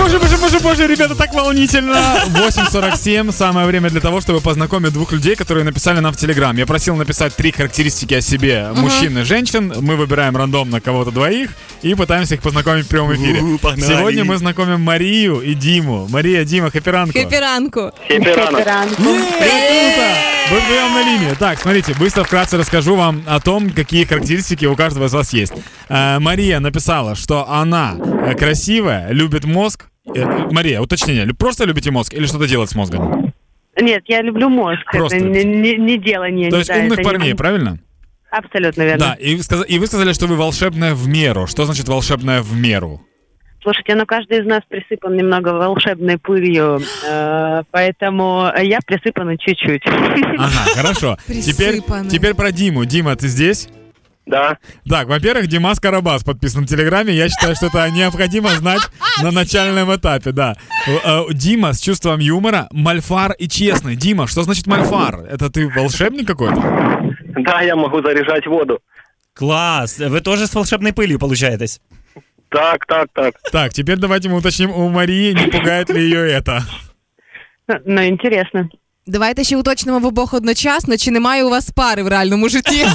боже, боже, боже, боже, ребята, так волнительно. 8.47, самое время для того, чтобы познакомить двух людей, которые написали нам в Телеграм. Я просил написать три характеристики о себе мужчин и женщин. Мы выбираем рандомно кого-то двоих и пытаемся их познакомить в прямом эфире. У, погнали. Сегодня мы знакомим Марию и Диму. Мария, Дима, хэппиранку. Хэппи-ранку. Круто! Вы вдвоем на линии. Так, смотрите, быстро вкратце расскажу вам о том, какие характеристики у каждого из вас есть. Э, Мария написала, что она э, красивая, любит мозг. Э, Мария, уточнение, лю- просто любите мозг или что-то делать с мозгом? Нет, я люблю мозг. Просто. Это не, не- не делание. То есть да, умных это не- парней, правильно? Абсолютно верно. Да, и, вы сказ- и вы сказали, что вы волшебная в меру. Что значит волшебная в меру? Слушайте, ну каждый из нас присыпан немного волшебной пылью, э, поэтому я присыпана чуть-чуть. Ага, хорошо. Теперь, Присыпанная. теперь про Диму. Дима, ты здесь? Да. Так, во-первых, Димас Карабас подписан в Телеграме. Я считаю, что это необходимо знать на начальном этапе, да. Э, э, Дима с чувством юмора, мальфар и честный. Дима, что значит мальфар? Это ты волшебник какой-то? Да, я могу заряжать воду. Класс. Вы тоже с волшебной пылью получаетесь. Так, так, так. Так, теперь давайте мы уточним у Марии, не пугает ли ее это. Ну, интересно. Давайте ще уточнимо в обох одночасно, чи немає у вас пари в реальному житті.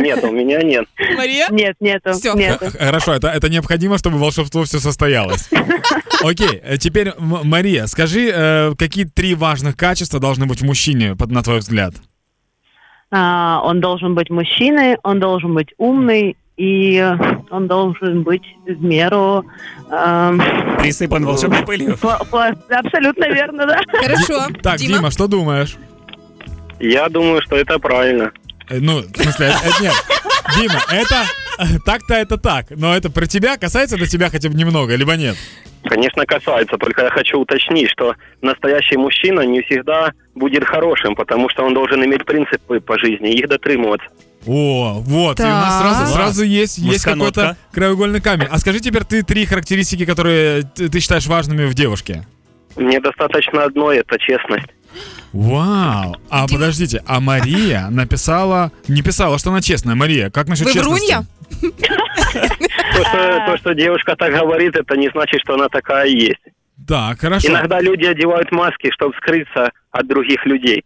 Нет, у меня нет. Марія? Нет, нету, Всё. нету. Х- Хорошо, это, это необходимо, чтобы волшебство все состоялось. Окей, э, теперь, М- Мария, скажи, э, какие три важных качества должны быть в мужчине, под- на твой взгляд? А, он должен быть мужчиной, он должен быть умный, и он должен быть в меру... эм, Присыпан волшебной пылью. пла- пла- абсолютно верно, да. Хорошо. Ди- Так, Діма? Дима, что думаешь? Я думаю, что это правильно. Э, Ну, в смысле, э, э, нет. Дима, это э, так-то это так. Но это про тебя касается до тебя хотя бы немного, либо нет. Конечно, касается, только я хочу уточнить, что настоящий мужчина не всегда будет хорошим, потому что он должен иметь принципы по жизни, их дотримываться. О, вот, и у нас Так. сразу, сразу есть, есть Мышконотка. какой-то краеугольный камень. А скажи теперь ты три характеристики, которые ты, ты считаешь важными в девушке. Мне достаточно одной, это честность. Вау! А Дима. подождите, а Мария написала... Не писала, что она честная. Мария, как насчет Ви честности? врунья? То что, то, что девушка так говорит, это не значит, что она такая и есть. Да, хорошо. Иногда люди одевают маски, чтобы скрыться от других людей.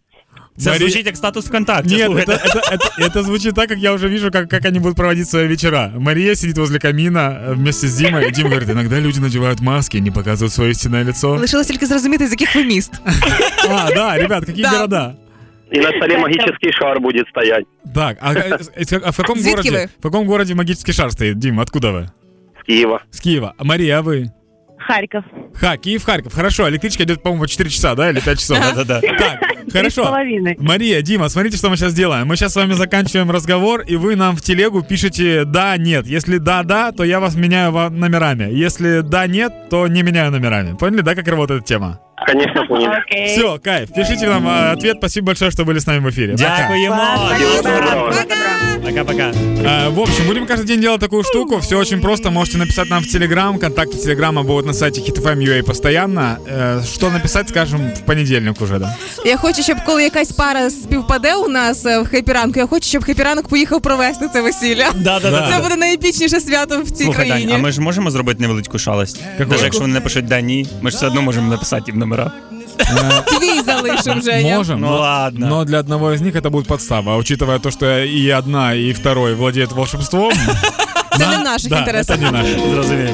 Це Марі- звучить як статус ВКонтакте. Нет, это, слухайте. это, это- это звучит так, как я уже вижу, как, как они будут проводить свои вечера. Мария сидит возле камина э, вместе с Димой. и Дима говорит, иногда люди надевают маски, не показывают свое истинное лицо. Лишилось тільки зрозуміти, з яких ви міст. А, да, ребят, какие Да. города? И на столе магический шар будет стоять. Так, а, э, э, а в каком Звідки городе? ви? В каком городе магический шар стоит? Дим, откуда вы? С Киева. С Киева. А Мария, а вы? Харьков. Ха, Киев, Харьков. Хорошо, электричка идет, по-моему, 4 часа, да, или 5 часов. Да-да-да. Так, Три с хорошо. половиной. Мария, Дима, смотрите, что мы сейчас делаем. Мы сейчас с вами заканчиваем разговор, и вы нам в телегу пишете «да», «нет». Если «да-да», то я вас меняю ва- номерами. Если «да-нет», то не меняю номерами. Поняли, да, как работает тема? Конечно, понял. Окей. Все, кайф. Пишите нам э, ответ. Спасибо большое, что были с нами в эфире. Пока. Дякуємо. Всего доброго. Пока-пока. Э, В общем, будем каждый день делать такую штуку. Все очень просто. Можете написать нам в Телеграм. Контакты Телеграма будут на сайте эм hitfm.ua а постоянно. Э, Что написать, скажем, в понедельник уже, да? Я хочу, щоб коли якась пара співпаде у нас е, в хепіранку, я хочу, щоб хепіранок поїхав провести це весілля. Да. Це Да-да-да. буде найепічніше свято в цій Слухай, Дань, а країні. ми ж можемо зробити невеличку шалость? Навіть якщо вони напишуть да ні, ми ж все одно можемо написати їм номера. Твій залишим, Женя. Можем. Ну но- ладно. Но для одного из них это будет подстава. А учитывая то, что и одна, и второй владеет волшебством... Це на- не в наших да, інтересах. Это не наше. Зрозумів.